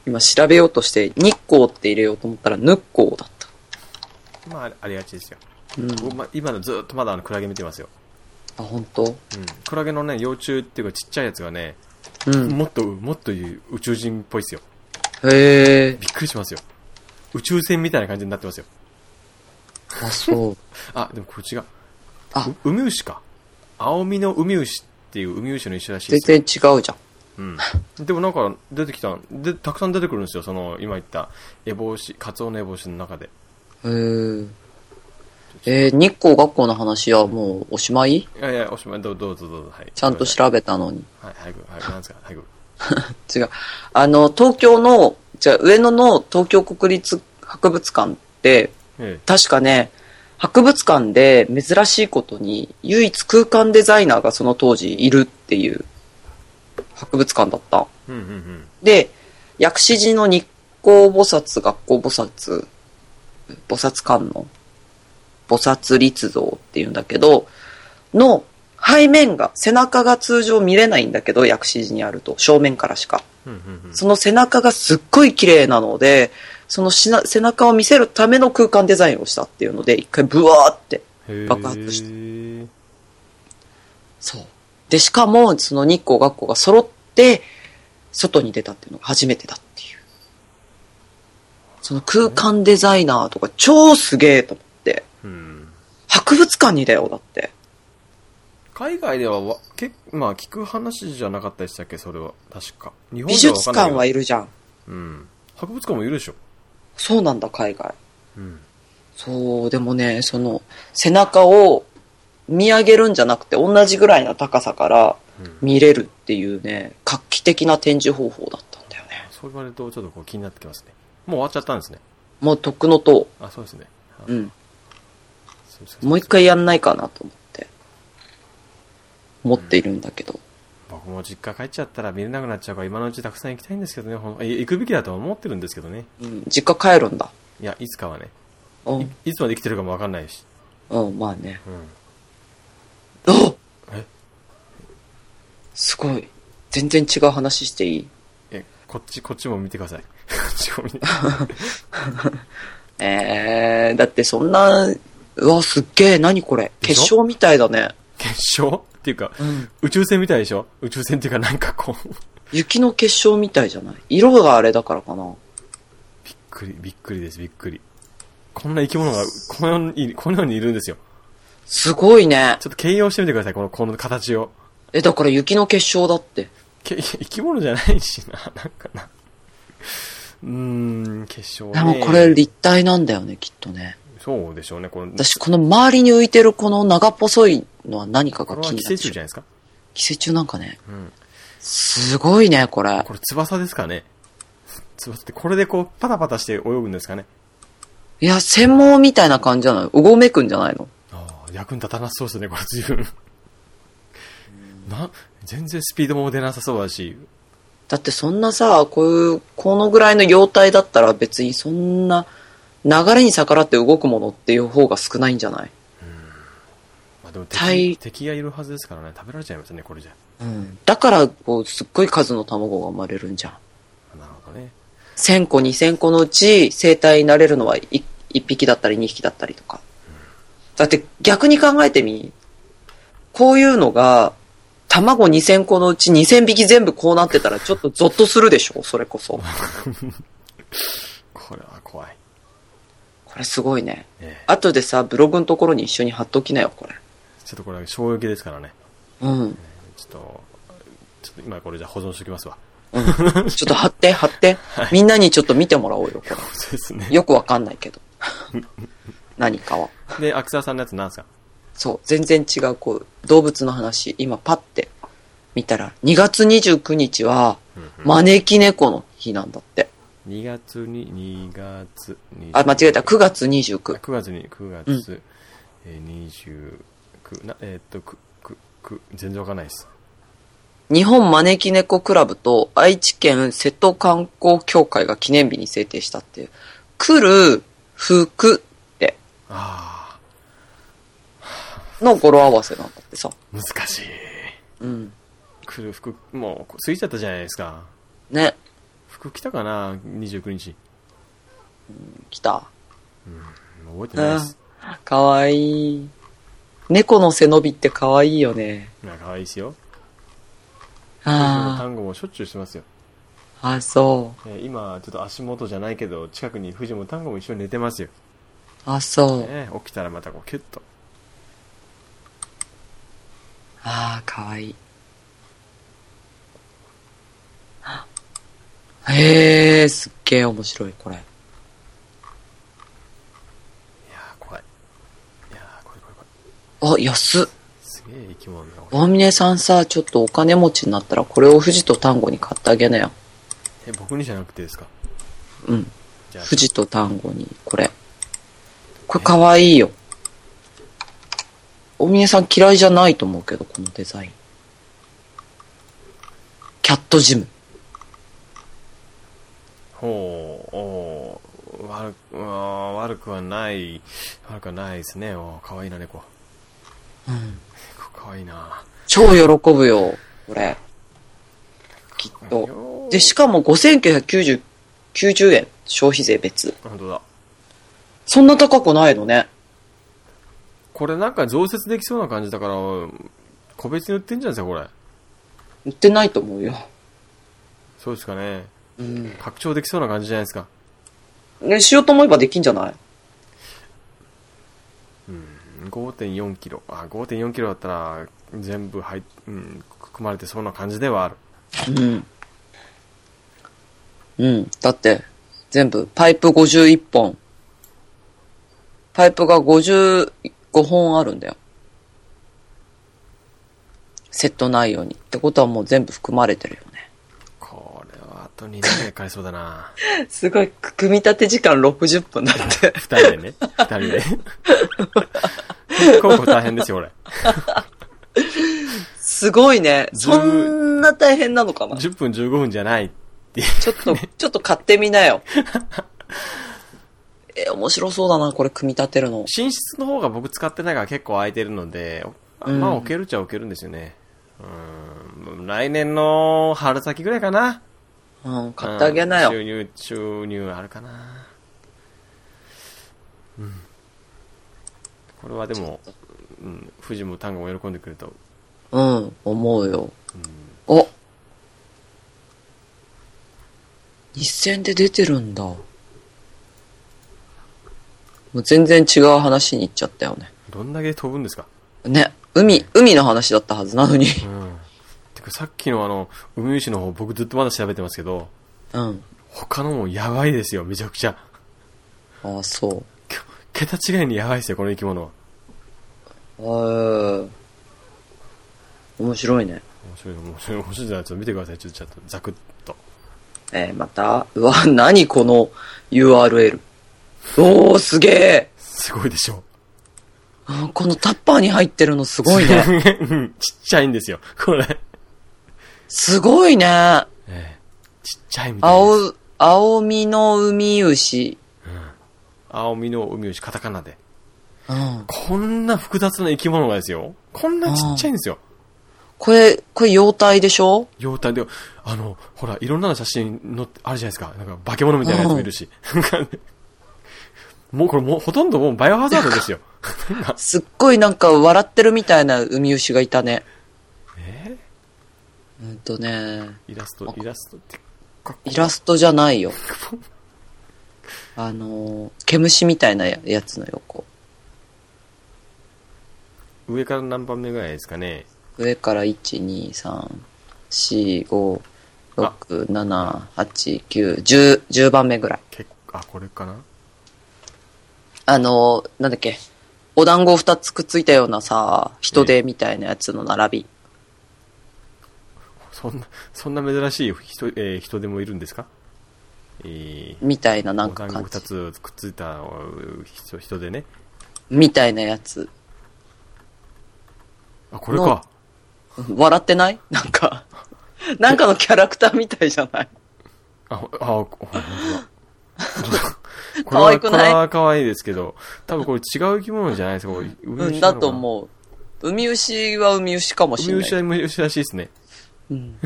[SPEAKER 1] 今調べようとして、日光って入れようと思ったら、ぬっこうだった。
[SPEAKER 4] まああれ、ありがちですよ。
[SPEAKER 1] うん。
[SPEAKER 4] 僕ま、今のずっとまだあのクラゲ見てますよ。
[SPEAKER 1] あ、本当
[SPEAKER 4] うん。クラゲのね、幼虫っていうかちっちゃいやつがね、
[SPEAKER 1] うん。
[SPEAKER 4] もっと、もっという宇宙人っぽいですよ。
[SPEAKER 1] へえ。
[SPEAKER 4] びっくりしますよ。宇宙船みたいな感じになってますよ。
[SPEAKER 1] あ、そう。
[SPEAKER 4] あ、でもこっちが。
[SPEAKER 1] あ、
[SPEAKER 4] ウミウシか。青みのウミウシっていうウミウシの一種らしいで
[SPEAKER 1] 全
[SPEAKER 4] すよ。
[SPEAKER 1] 然違うじゃん。
[SPEAKER 4] うん。でもなんか出てきた、で、たくさん出てくるんですよ。その、今言った、エボウシ、カツオのエボウシの中で。
[SPEAKER 1] へーえー、日光学校の話はもうおしまい
[SPEAKER 4] いやいや、おしまい、どうどうぞどうぞ、はい。
[SPEAKER 1] ちゃんと
[SPEAKER 4] し
[SPEAKER 1] 調べたのに。
[SPEAKER 4] はい、早く、早く、なんですか、早く。
[SPEAKER 1] 違う。あの、東京の、じゃあ上野の東京国立博物館って、
[SPEAKER 4] え
[SPEAKER 1] 確かね、博物館で珍しいことに、唯一空間デザイナーがその当時いるっていう博物館だった。
[SPEAKER 4] え。うんうんうん。
[SPEAKER 1] で、薬師寺の日光菩薩、学校菩薩、菩薩観音、菩薩立像っていうんだけど、の背面が、背中が通常見れないんだけど、薬師寺にあると、正面からしか。
[SPEAKER 4] うんうんうん。
[SPEAKER 1] その背中がすっごい綺麗なので、そのしな背中を見せるための空間デザインをしたっていうので、一回ブワーって。
[SPEAKER 4] へえ
[SPEAKER 1] 爆発してそう。で、しかも、その日光学校が揃って、外に出たっていうのが初めてだっていう。その空間デザイナーとか超すげえと思って。
[SPEAKER 4] うん。
[SPEAKER 1] 博物館にだよ、だって。
[SPEAKER 4] 海外ではわ、けまあ、聞く話じゃなかったでしたっけ、それは。確か。日本
[SPEAKER 1] 美
[SPEAKER 4] ではわか
[SPEAKER 1] 術
[SPEAKER 4] んない
[SPEAKER 1] 館
[SPEAKER 4] けど
[SPEAKER 1] はいるじゃん。
[SPEAKER 4] うん。博物館もいるでしょ。
[SPEAKER 1] そうなんだ、海外。
[SPEAKER 4] うん。
[SPEAKER 1] そう、でもね、その、背中を見上げるんじゃなくて、同じぐらいの高さから
[SPEAKER 4] うん、
[SPEAKER 1] 見れるっていうね、画期的な展示方法だったんだよね。
[SPEAKER 4] そう言われると、ちょっとこう気になってきますね。もう終わっちゃったんですね。
[SPEAKER 1] もう、とっくの塔。
[SPEAKER 4] あ、そうですね。あ
[SPEAKER 1] うん。
[SPEAKER 4] そうです
[SPEAKER 1] もう一。回やんないかなと思って、持っているんだけど。
[SPEAKER 4] 僕も実家帰っちゃったら見れなくなっちゃうから、今のうちたくさん行きたいんですけどね。ほんえ行くべきだとは思ってるんですけどね。
[SPEAKER 1] うん、実家帰るんだ。
[SPEAKER 4] いや、いつかはね。
[SPEAKER 1] うん、
[SPEAKER 4] いいつまで生きてるかもわかんないし。
[SPEAKER 1] うん、まあね。
[SPEAKER 4] うん。
[SPEAKER 1] お
[SPEAKER 4] え
[SPEAKER 1] すごい。全然違う話していい
[SPEAKER 4] え、こっち、こっちも見てください。こっちも見て。
[SPEAKER 1] えー、だってそんな、うわ、すっげえ、何これ。
[SPEAKER 4] でし
[SPEAKER 1] 結
[SPEAKER 4] ょ
[SPEAKER 1] 晶みたいだね。
[SPEAKER 4] 結晶っていうか、
[SPEAKER 1] うん。
[SPEAKER 4] 宇宙船みたいでしょ宇宙船っていうかなんかこう、びっ
[SPEAKER 1] 雪の結晶みたいじゃない色があれだからかな。
[SPEAKER 4] くり、びっくりです、びっくり。こんな生き物が、この世に、この世にいるんですよ。
[SPEAKER 1] すごいね。
[SPEAKER 4] ちょっと形容してみてください、この、この形を。
[SPEAKER 1] え、だから雪の結晶だって。
[SPEAKER 4] け 生き物じゃないしな、 なんかな。うーん、結晶ね。
[SPEAKER 1] でもこれ立体なんだよね、きっとね。
[SPEAKER 4] そうでしょうね、この、こ
[SPEAKER 1] 私、この周りに浮いてるこの長細いのは何か
[SPEAKER 4] れ
[SPEAKER 1] が
[SPEAKER 4] は
[SPEAKER 1] 気
[SPEAKER 4] 寄
[SPEAKER 1] にな
[SPEAKER 4] 生
[SPEAKER 1] る。
[SPEAKER 4] 虫じゃないですか
[SPEAKER 1] 寄生虫なんかね。
[SPEAKER 4] うん。
[SPEAKER 1] すごいね、これ。
[SPEAKER 4] これ翼ですかね翼ってこれでこう、パタパタして泳ぐんですかね
[SPEAKER 1] いや、専門みたいな感じじゃないうごめくんじゃないの
[SPEAKER 4] ああ、役に立たなそうですね、これ随分。な、全然スピードも出なさそうだし、
[SPEAKER 1] だってそんなさ、こういう、このぐらいの様態だったら別にそんな流れに逆らって動くものっていう方が少ないんじゃない
[SPEAKER 4] まあでも
[SPEAKER 1] 対
[SPEAKER 4] 敵敵がいるはずですからね、食べられちゃいますね、これじゃ。
[SPEAKER 1] うん。だから、こう、すっごい数の卵が生まれるんじゃん。
[SPEAKER 4] なるほどね。
[SPEAKER 1] 1000個、2000個のうち生体になれるのは 1, 匹だったり2匹だったりとか。だって逆に考えてみ。こういうのが、卵2000個のうち2000匹全部こうなってたらちょっとゾッとするでしょそれこそ。
[SPEAKER 4] これは怖い。
[SPEAKER 1] これすごいね。
[SPEAKER 4] ええ
[SPEAKER 1] 後でさ、ブログのところに一緒に貼っときなよ、これ。
[SPEAKER 4] ちょっとこれは衝撃ですからね。
[SPEAKER 1] うん。
[SPEAKER 4] ちょっと、ちょっと今これじゃ保存しときますわ。
[SPEAKER 1] ちょっと貼って、貼って。みんなにちょっと見てもらおうよ、こ
[SPEAKER 4] そうですね
[SPEAKER 1] れ。。よくわかんないけど。何かは。
[SPEAKER 4] で、アクサーさんのやつなんですか
[SPEAKER 1] そう、全然違う、こう、動物の話、今パッて見たら、2月29日は、招き猫の日なんだって。
[SPEAKER 4] 2月に、2月に。
[SPEAKER 1] あ、間違えた。9月
[SPEAKER 4] あ
[SPEAKER 1] 29。
[SPEAKER 4] 9月に、9月、えー、29、な、えーっと、く、く、く、全然わかんないです。
[SPEAKER 1] 日本招き猫クラブと愛知県瀬戸観光協会が記念日に制定したっていう。来る、福って、
[SPEAKER 4] あ
[SPEAKER 1] の語呂合わせなんだってさ。
[SPEAKER 4] あ、難しい。
[SPEAKER 1] うん。
[SPEAKER 4] 来る服、もう、過ぎちゃったじゃないですか。
[SPEAKER 1] ね、
[SPEAKER 4] 服着たかな ?29 日。
[SPEAKER 1] 来た。
[SPEAKER 4] もう覚えてないです。
[SPEAKER 1] かわいい。猫の背伸びってかわいいよね。
[SPEAKER 4] なんか可愛いですよ。
[SPEAKER 1] あ
[SPEAKER 4] 単語もしょっちゅうしてますよ。
[SPEAKER 1] あ、あ、そう。
[SPEAKER 4] えー今、ちょっと足元じゃないけど、近くに藤本単語も一緒に寝てますよ。
[SPEAKER 1] あ、そう。
[SPEAKER 4] ね、起きたらまたこう、キュッと。
[SPEAKER 1] ああ、かわいい。へえ、すっげえ面白い、これ。
[SPEAKER 4] いやー、怖い。いやー、怖い怖い怖い。
[SPEAKER 1] あ、安っ。
[SPEAKER 4] すげえ生き物だな、これ
[SPEAKER 1] 大峰さんさ、ちょっとお金持ちになったら、これを富士と丹後に買ってあげなよ。
[SPEAKER 4] え、僕にじゃなくてですか
[SPEAKER 1] うん。
[SPEAKER 4] じゃあ、
[SPEAKER 1] 富士と丹後に、これ。これかわいいよ。大峰さん嫌いじゃないと思うけど、このデザイン。キャットジム。
[SPEAKER 4] ほう、おう悪く、うわー悪くはない、悪くはないですね。おう可愛いな、猫。
[SPEAKER 1] うん。
[SPEAKER 4] 猫可愛いな。
[SPEAKER 1] 超喜ぶよ、これ。きっと。
[SPEAKER 4] よー
[SPEAKER 1] で、しかも5990 90円。消費税別。
[SPEAKER 4] 本当だ。
[SPEAKER 1] そんな高くないのね。
[SPEAKER 4] これなんか増設できそうな感じだから、個別に売ってんじゃないですか、これ。
[SPEAKER 1] 売ってないと思うよ。
[SPEAKER 4] そうですかね。
[SPEAKER 1] うん。
[SPEAKER 4] 拡張できそうな感じじゃないですか。
[SPEAKER 1] ね、しようと思えばできんじゃない
[SPEAKER 4] 5.4キロ。あ、5.4キロだったら、全部入っ、うん、組まれてそうな感じではある。
[SPEAKER 1] うん。うん。だって、全部、パイプ51本。パイプが55本あるんだよ。セット内容に。ってことはもう全部含まれてるよ
[SPEAKER 4] これは、あと2年で買えそうだな。
[SPEAKER 1] ね。すごい、組み立て時間60分だって。
[SPEAKER 4] 二人でね。二人で。結構大変ですよ、これ。
[SPEAKER 1] すごいね。
[SPEAKER 4] ず
[SPEAKER 1] そんな大変なのかなちょ
[SPEAKER 4] 10分15分じゃない。
[SPEAKER 1] っと、ちょっと買ってみなよ。え、面白そうだな、これ組み立てるの。
[SPEAKER 4] 寝室の方が僕使ってないから結構空いてるので、
[SPEAKER 1] ん
[SPEAKER 4] まあ置けるっちゃ置けるんですよね。うん、来年の春先ぐらいかな。
[SPEAKER 1] うん、買ってあげなよ。
[SPEAKER 4] うん収入、収入あるかな。うん。これはでも、うん、富士も丹後も喜んでくれると。
[SPEAKER 1] うん、思うよ。お日戦で出てるんだ。もう全然違う話に行っちゃったよね。
[SPEAKER 4] どんだけ飛ぶんですか
[SPEAKER 1] ね、海、海の話だったはずなのに。
[SPEAKER 4] うん。てかさっきのあの、海牛の方僕ずっとまだ調べてますけど、
[SPEAKER 1] うん。
[SPEAKER 4] 他のもやばいですよ、めちゃくちゃ。
[SPEAKER 1] ああ、そう。
[SPEAKER 4] け桁違いにやばいですよ、この生き物は。
[SPEAKER 1] えー、面白いね。
[SPEAKER 4] 面白い、面白い、面白いじゃないちょっと見てください、ちょっと、ちょっと、ザクッと。
[SPEAKER 1] えー、また、うわ、 何この URL。おー、すげえ
[SPEAKER 4] すごいでしょ。
[SPEAKER 1] あーこのタッパーに入ってるのすごいね。
[SPEAKER 4] うんちっちゃいんですよ、これ。
[SPEAKER 1] すごいね。
[SPEAKER 4] ええちっちゃいみたいです。
[SPEAKER 1] 青、青みの海牛。
[SPEAKER 4] 青みの海牛、カタカナで。
[SPEAKER 1] うん。
[SPEAKER 4] こんな複雑な生き物がですよ。こんなちっちゃいんですよ。
[SPEAKER 1] これ、これ妖体でしょ
[SPEAKER 4] 妖体で、あの、ほら、いろんなの写真のあるじゃないですか。なんか、化け物みたいなやつもいるし。なんかねもうこれもうほとんどもうバイオハザードですよ。なんか
[SPEAKER 1] すっごいなんか笑ってるみたいな海牛がいたね。
[SPEAKER 4] え
[SPEAKER 1] うんとね、
[SPEAKER 4] ーイラスト、イラストって、か
[SPEAKER 1] イラストじゃないよ。あのー、毛虫みたいなややつの横。
[SPEAKER 4] 上から何番目ぐらいですかね。
[SPEAKER 1] 上から1、2、3、4、5、6、7、8、9、10、10番目ぐらい。
[SPEAKER 4] 結構、あ、これかな
[SPEAKER 1] あのー、なんだっけ、お団子2つくっついたようなさ、人手みたいなやつの並び。
[SPEAKER 4] そんな、そんな珍しい人,、えー人でもいるんですかえー、
[SPEAKER 1] みたいななん
[SPEAKER 4] お
[SPEAKER 1] か
[SPEAKER 4] 団子二
[SPEAKER 1] 感じ。
[SPEAKER 4] つくっついたう人人でね。
[SPEAKER 1] みたいなやつ。
[SPEAKER 4] あ、これか。
[SPEAKER 1] 笑ってない なんか、なんかのキャラクターみたいじゃない
[SPEAKER 4] あ、ほ あ、ほほんとだこれ
[SPEAKER 1] 可愛
[SPEAKER 4] は、
[SPEAKER 1] く
[SPEAKER 4] こ
[SPEAKER 1] ない
[SPEAKER 4] れは可愛いですけど、多分これ違う生き物じゃないですか、これ。
[SPEAKER 1] う、
[SPEAKER 4] うん
[SPEAKER 1] だと思う。ウミウシはウミウシかもし
[SPEAKER 4] 海
[SPEAKER 1] れ
[SPEAKER 4] 牛
[SPEAKER 1] な。
[SPEAKER 4] はい海牛らしいですね。
[SPEAKER 1] うん、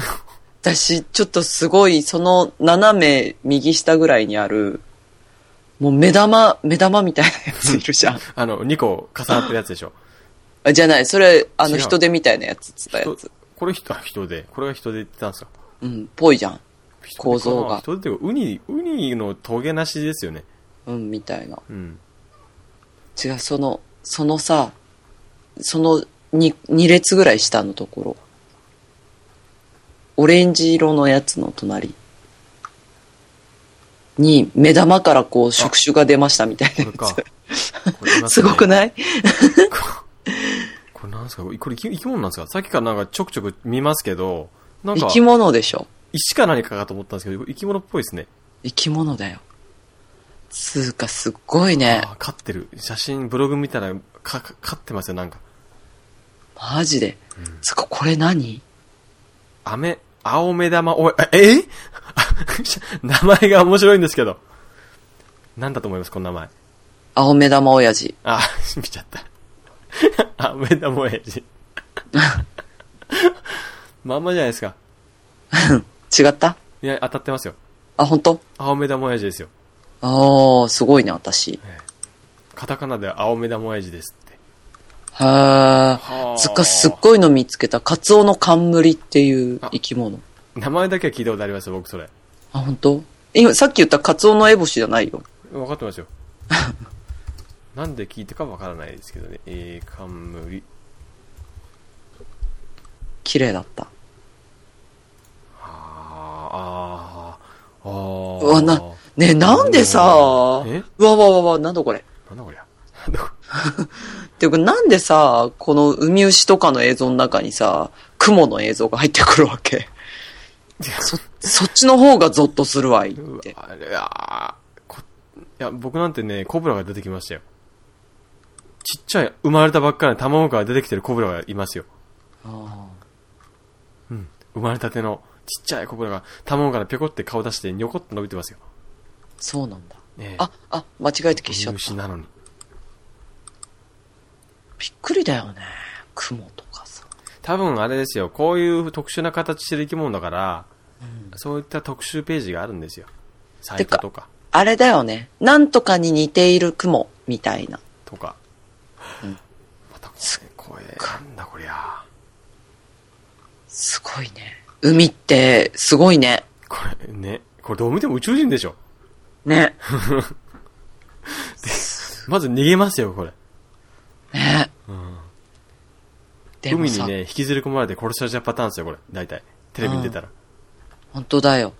[SPEAKER 1] 私、ちょっとすごい、その斜め右下ぐらいにある、もう目玉、目玉みたいなやついるじゃん。
[SPEAKER 4] あの、2個重なってるやつで しょ。
[SPEAKER 1] あじゃない、それ、あの
[SPEAKER 4] 違う
[SPEAKER 1] 人手みたいなやつっつったや
[SPEAKER 4] 人
[SPEAKER 1] つ。
[SPEAKER 4] これ人、あ人で、これが人で言ってたんですか。
[SPEAKER 1] うん、ぽいじゃん。
[SPEAKER 4] 人手
[SPEAKER 1] 構造が
[SPEAKER 4] 人手っていうか、ウニ、ウニのトゲなしですよね。
[SPEAKER 1] うん、みたいな。
[SPEAKER 4] うん。
[SPEAKER 1] 違う、その、そのさ、その2、二列ぐらい下のところ。オレンジ色のやつの隣。に、目玉からこう、触手が出ましたみたい
[SPEAKER 4] こ
[SPEAKER 1] な
[SPEAKER 4] れ
[SPEAKER 1] や
[SPEAKER 4] か。
[SPEAKER 1] つ。
[SPEAKER 4] これ
[SPEAKER 1] すごく
[SPEAKER 4] い
[SPEAKER 1] ない
[SPEAKER 4] これなんですかこれこれ生き生き物なんですかさっきからなんかちょくちょく見ますけど、なん
[SPEAKER 1] 生
[SPEAKER 4] か、
[SPEAKER 1] き物でしょ。
[SPEAKER 4] 石か何かかと思ったんですけど、生き物っぽいですね。
[SPEAKER 1] 生き物だよ。つうか、すっごいね。
[SPEAKER 4] あー飼ってる。写真、ブログ見たら、か、か飼ってますよ、なんか。
[SPEAKER 1] マジで。つうか、これ何
[SPEAKER 4] アメ、青目玉おえ、え え名前が面白いんですけど。なんだと思います、この名前。
[SPEAKER 1] 青目玉親父。
[SPEAKER 4] あ、 見ちゃった。青目玉親父。 まんまじゃないですか。
[SPEAKER 1] 違った
[SPEAKER 4] いや、当たってますよ。
[SPEAKER 1] あ、本当？
[SPEAKER 4] 青目玉親父ですよ。
[SPEAKER 1] ああ、すごいね、私。
[SPEAKER 4] カタカナで青目玉親父ですって。
[SPEAKER 1] へー
[SPEAKER 4] はあ
[SPEAKER 1] つかすっごいの見つけた。カツオの冠っていう生き物。
[SPEAKER 4] 名前だけは聞いたことありますよ、僕それ。
[SPEAKER 1] あ、本当？今、さっき言ったカツオのエボシじゃないよ。
[SPEAKER 4] 分かってますよ。なんで聞いたかわからないですけどね。えー、冠。
[SPEAKER 1] 綺麗だった。
[SPEAKER 4] あー、あー、あー。
[SPEAKER 1] うわ、な、ねえ、なんでさ、
[SPEAKER 4] え
[SPEAKER 1] うわわわわ、なんだこれ。
[SPEAKER 4] なんだこりゃ。なんだこ
[SPEAKER 1] っていうか、なんでさ、このウミウシとかの映像の中にさ、雲の映像が入ってくるわけ。そ、そっちの方がゾッとするわいっ
[SPEAKER 4] れうわ
[SPEAKER 1] て。
[SPEAKER 4] あれあーこいや、僕なんてね、コブラが出てきましたよ。ちっちゃい、生まれたばっかりの卵から出てきてるコブラがいますよ。
[SPEAKER 1] あ
[SPEAKER 4] うん。生まれたての、ちっちゃいコブラが卵からぴょこって顔出して、にょこっと伸びてますよ。
[SPEAKER 1] ーそうなんだ。
[SPEAKER 4] ねえ
[SPEAKER 1] あ、あ、間違えて消しちゃっ
[SPEAKER 4] 牛
[SPEAKER 1] た。
[SPEAKER 4] なのに。
[SPEAKER 1] びっくりだよね。雲とかさ。
[SPEAKER 4] 多分あれですよ、こういう特殊な形してる生き物だから、そういった特集ページがあるんですよ。サイトとか、
[SPEAKER 1] あれだよね。なんとかに似ている雲、みたいな。
[SPEAKER 4] とか。
[SPEAKER 1] うん
[SPEAKER 4] またこれ、これ、なんだこりゃ。
[SPEAKER 1] すごいね。海って、すごいね。
[SPEAKER 4] これ、ね、これどう見ても宇宙人でしょ。
[SPEAKER 1] ね。
[SPEAKER 4] まず逃げますよ、これ。
[SPEAKER 1] ね。でも
[SPEAKER 4] 海
[SPEAKER 1] さ
[SPEAKER 4] に、ね、引きずり込まれて殺されちゃうパターンですよ、これ。大体。テレビに出たら。
[SPEAKER 1] 本当だよ。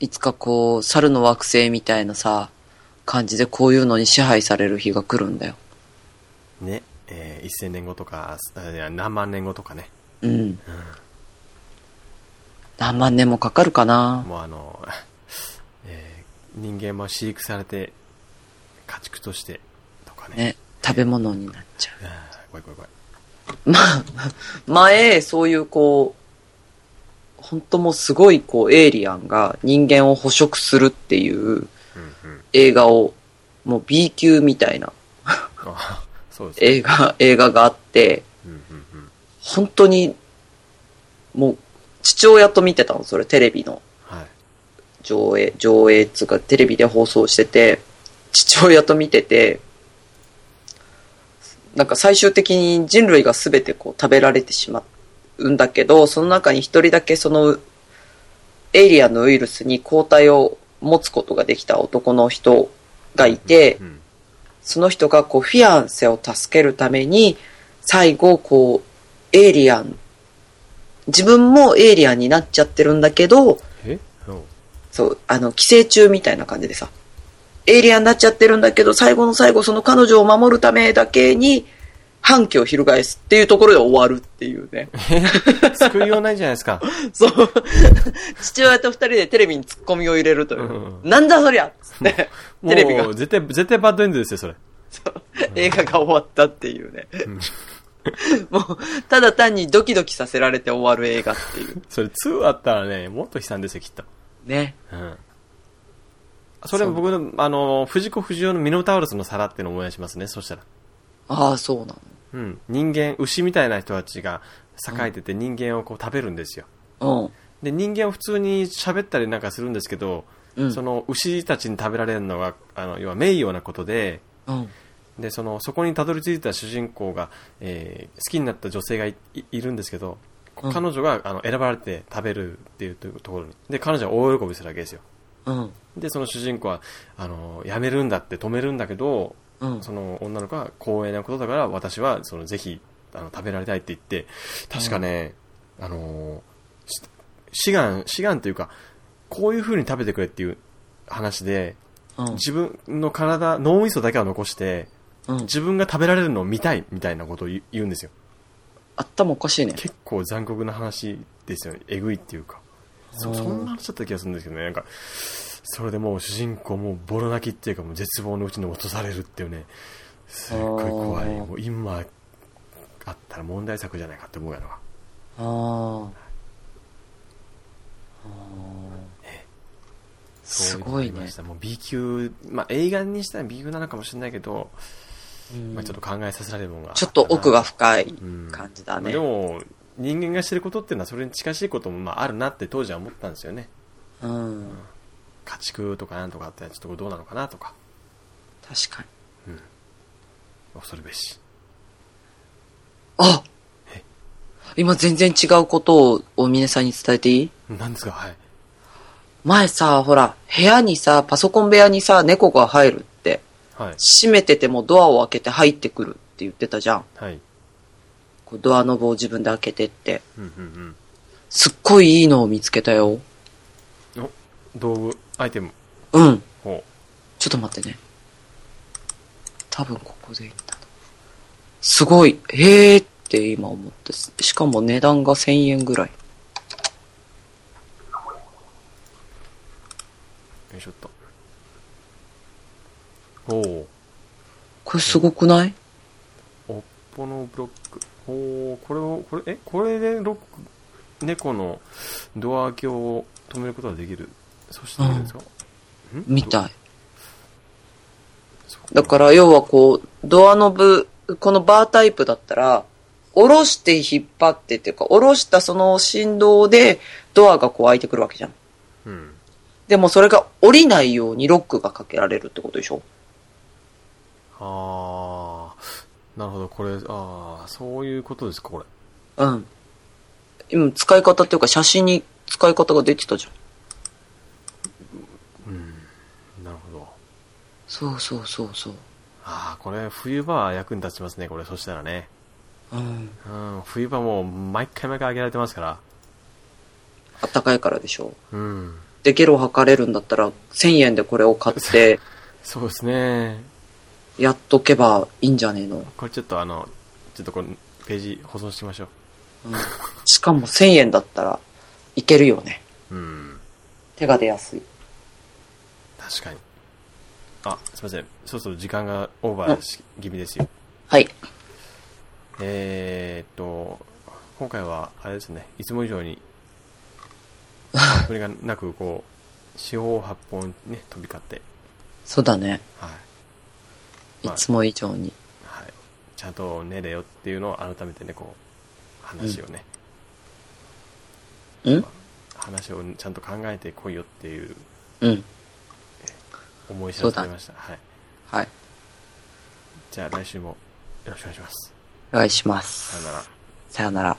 [SPEAKER 1] いつかこう、猿の惑星みたいなさ、感じでこういうのに支配される日が来るんだよ。
[SPEAKER 4] ね。えー、1000年後とか、あいや何万年後とかね。
[SPEAKER 1] うん。何万年もかかるかな。
[SPEAKER 4] もうあの、 えー人間も飼育されて、家畜として、とかね。
[SPEAKER 1] ね。食べ物になっちゃ
[SPEAKER 4] あー怖い怖い怖い。
[SPEAKER 1] う。前、そういうこう、本当もうすごいこう、エイリアンが人間を捕食するっていう
[SPEAKER 4] うんうん。
[SPEAKER 1] 映画を、もう B 級みたいな
[SPEAKER 4] あそうですね。
[SPEAKER 1] 映画、 映画があって、
[SPEAKER 4] うんうんうん。
[SPEAKER 1] 本当に、もう、父親と見てたの、それ、テレビの
[SPEAKER 4] はい。
[SPEAKER 1] 上映、上映っつうか、テレビで放送してて、父親と見てて、なんか最終的に人類が全てこう食べられてしまうんだけど、その中に一人だけその、エイリアンのウイルスに抗体を持つことができた男の人がいて、
[SPEAKER 4] うん
[SPEAKER 1] その人がこうフィアンセを助けるために最後こうエイリアン自分もエイリアンになっちゃってるんだけど
[SPEAKER 4] えそう。
[SPEAKER 1] そうあの寄生虫みたいな感じでさエイリアンになっちゃってるんだけど最後の最後その彼女を守るためだけに反旗を翻すっていうところで終わるっていう ね。
[SPEAKER 4] 救いようないじゃないですか。
[SPEAKER 1] そう。父親と二人でテレビに突っ込みを入れるという
[SPEAKER 4] うん。
[SPEAKER 1] なんだ そりゃっつって、 テレビが
[SPEAKER 4] もう、絶対、絶対バッドエンドですよ、それ。
[SPEAKER 1] 映画が終わったっていうね。 もう、ただ単にドキドキさせられて終わる映画っていう。
[SPEAKER 4] それ2あったらね、もっと悲惨ですよ、きっと。
[SPEAKER 1] ね。
[SPEAKER 4] うん。それ僕の、あの、藤子不二雄のミノタウロスの皿っていうのを思い出しますね、そしたら。
[SPEAKER 1] ああ、そうなの。
[SPEAKER 4] うん。人間、牛みたいな人たちが栄えてて人間をこう食べるんですよ。
[SPEAKER 1] うん。
[SPEAKER 4] で、人間は普通に喋ったりなんかするんですけど、
[SPEAKER 1] うん
[SPEAKER 4] その牛たちに食べられるのが、あの、要は名誉なことで、
[SPEAKER 1] うん。
[SPEAKER 4] でそのそこにたどり着いた主人公が、えー好きになった女性がいいいるんですけど、
[SPEAKER 1] うん
[SPEAKER 4] 彼女があの選ばれて食べるっていうところにで彼女は大喜びするわけですよ
[SPEAKER 1] うん。
[SPEAKER 4] でその主人公はあのやめるんだって止めるんだけど、
[SPEAKER 1] うん
[SPEAKER 4] その女の子は光栄なことだから私はそのぜひあの食べられたいって言って確かね、あのし志願志願というかこういう風に食べてくれっていう話で
[SPEAKER 1] うん。
[SPEAKER 4] 自分の体脳みそだけは残して
[SPEAKER 1] うん。
[SPEAKER 4] 自分が食べられるのを見たいみたいなことを言う言うんですよ
[SPEAKER 1] 頭おかしいね。
[SPEAKER 4] 結構残酷な話ですよねえぐいっていうかそそんな話だった気がするんですけどねなんかそれでもう主人公もうボロ泣きっていうかもう絶望のうちに落とされるっていうねすっごい怖い
[SPEAKER 1] あー
[SPEAKER 4] もう今あったら問題作じゃないかって思うやろ
[SPEAKER 1] あーあー。す
[SPEAKER 4] そううの
[SPEAKER 1] ご
[SPEAKER 4] があ
[SPEAKER 1] い
[SPEAKER 4] りま
[SPEAKER 1] ね
[SPEAKER 4] し。たもう B 級、まあ、映画にしたら B 級なのかもしれないけど、
[SPEAKER 1] うん
[SPEAKER 4] まあ、ちょっと考えさせられるものがあ
[SPEAKER 1] ち
[SPEAKER 4] た
[SPEAKER 1] ょ
[SPEAKER 4] な
[SPEAKER 1] っと奥が深い
[SPEAKER 4] うん
[SPEAKER 1] 感じだね。
[SPEAKER 4] でも人間がしてることっていうのはそれに近しいこともまああるなって当時は思ったんですよね
[SPEAKER 1] うん。
[SPEAKER 4] 家畜とかなんとかあってちょっとこれどうなのかなとか
[SPEAKER 1] 確かに。
[SPEAKER 4] 恐るべし
[SPEAKER 1] あ今全然違うことをお峰さんに伝えていい
[SPEAKER 4] なんですかはい
[SPEAKER 1] 前さ、ほら、部屋にさ、パソコン部屋にさ、猫が入るって、
[SPEAKER 4] はい
[SPEAKER 1] 閉めててもドアを開けて入ってくるって言ってたじゃん。
[SPEAKER 4] はい
[SPEAKER 1] こうドアノブを自分で開けてって。
[SPEAKER 4] うんうん
[SPEAKER 1] すっごいいいのを見つけたよ。
[SPEAKER 4] うんお道具アイテム
[SPEAKER 1] うん。
[SPEAKER 4] ほ
[SPEAKER 1] ちょっと待ってね。多分ここでいったのすごい。へーって今思って。しかも値段が1000円ぐらい。
[SPEAKER 4] うよいしょっとほ
[SPEAKER 1] これすごくない、
[SPEAKER 4] うおっぽのブロックほうこれをこれえこれでロック猫のドア開けを止めることができるそしていいですか、ん
[SPEAKER 1] みたい。
[SPEAKER 4] そう
[SPEAKER 1] だから要はこう、ドアノブ、このバータイプだったら、下ろして引っ張ってっていうか、下ろしたその振動でドアがこう開いてくるわけじゃん。
[SPEAKER 4] うん
[SPEAKER 1] でもそれが降りないようにロックがかけられるってことでしょ
[SPEAKER 4] ああ、なるほど、これ、ああ、そういうことですか、これ。
[SPEAKER 1] うん。今使い方っていうか写真に使い方が出てたじゃん。
[SPEAKER 4] なるほど。
[SPEAKER 1] そうそうそうそう。
[SPEAKER 4] ああ、これ、冬場は役に立ちますね、これ、そしたらね。
[SPEAKER 1] うん。
[SPEAKER 4] うん、冬場もう、毎回毎回上げられてますから。
[SPEAKER 1] あったかいからでしょ
[SPEAKER 4] うん。
[SPEAKER 1] で、ゲロ吐かれるんだったら、1000円でこれを買 って、
[SPEAKER 4] そうですね。
[SPEAKER 1] やっとけばいいんじゃねえの。
[SPEAKER 4] これちょっとあの、ちょっとこれ、ページ保存しましょ
[SPEAKER 1] しかも1000円だったらいけるよね。
[SPEAKER 4] う。うん。
[SPEAKER 1] 手が出やすい。
[SPEAKER 4] 確かに。あ、すいません。そろそろ時間がオーバーし気味ですよ。
[SPEAKER 1] はい。
[SPEAKER 4] えーっと、今回は、あれですね、いつも以上に、それがなく、こう、四方八方にね、飛び交って、
[SPEAKER 1] そうだね。
[SPEAKER 4] はい。
[SPEAKER 1] い
[SPEAKER 4] まあ
[SPEAKER 1] つも以上に。
[SPEAKER 4] はい。ちゃんと寝れよっていうのを改めてね、こう、話をね、
[SPEAKER 1] うん
[SPEAKER 4] 話をちゃんと考えてこいよっていう
[SPEAKER 1] うん。
[SPEAKER 4] 思い知らされました。はい。
[SPEAKER 1] はい。
[SPEAKER 4] じゃあ来週もよろしくお願いします。
[SPEAKER 1] お願いしま
[SPEAKER 4] さよ
[SPEAKER 1] す。
[SPEAKER 4] なら。
[SPEAKER 1] さよなら。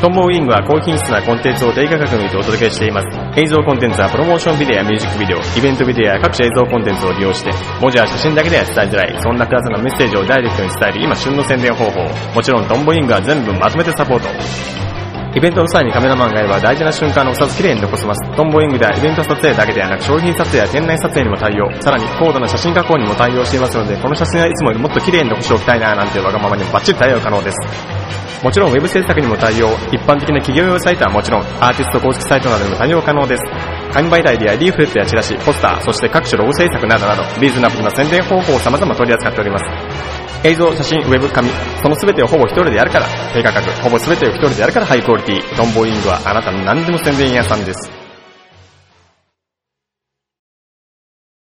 [SPEAKER 4] トンボウイングは高品質なコンテンツを低価格にてお届けしています。映像コンテンツはプロモーションビデオやミュージックビデオ、イベントビデオや各種映像コンテンツを利用して、文字や写真だけでは伝えづらい、そんなクラスなメッセージをダイレクトに伝える今旬の宣伝方法。もちろんトンボウイングは全部まとめてサポート。
[SPEAKER 5] イベントの際にカメラマンがいれば大事な瞬間のお札きれいに残せます。トンボウイングではイベント撮影だけではなく商品撮影や店内撮影にも対応。さらに高度な写真加工にも対応していますので、この写真はいつもよりもっときれいに残しておきたいななんていうわがままにもバッチリ対応可能です。もちろんウェブ制作にも対応、一般的な企業用サイトはもちろん、アーティスト公式サイトなどにも対応可能です。紙媒体でやリーフレットやチラシ、ポスター、そして各種ロゴ制作などなど、リーズナブルな宣伝方法を様々取り扱っております。映像、写真、ウェブ、紙、その全てをほぼ一人でやるから、低価格、ほぼ全てを一人でやるからハイクオリティ、ドンボーイングはあなたの何でも宣伝屋さんです。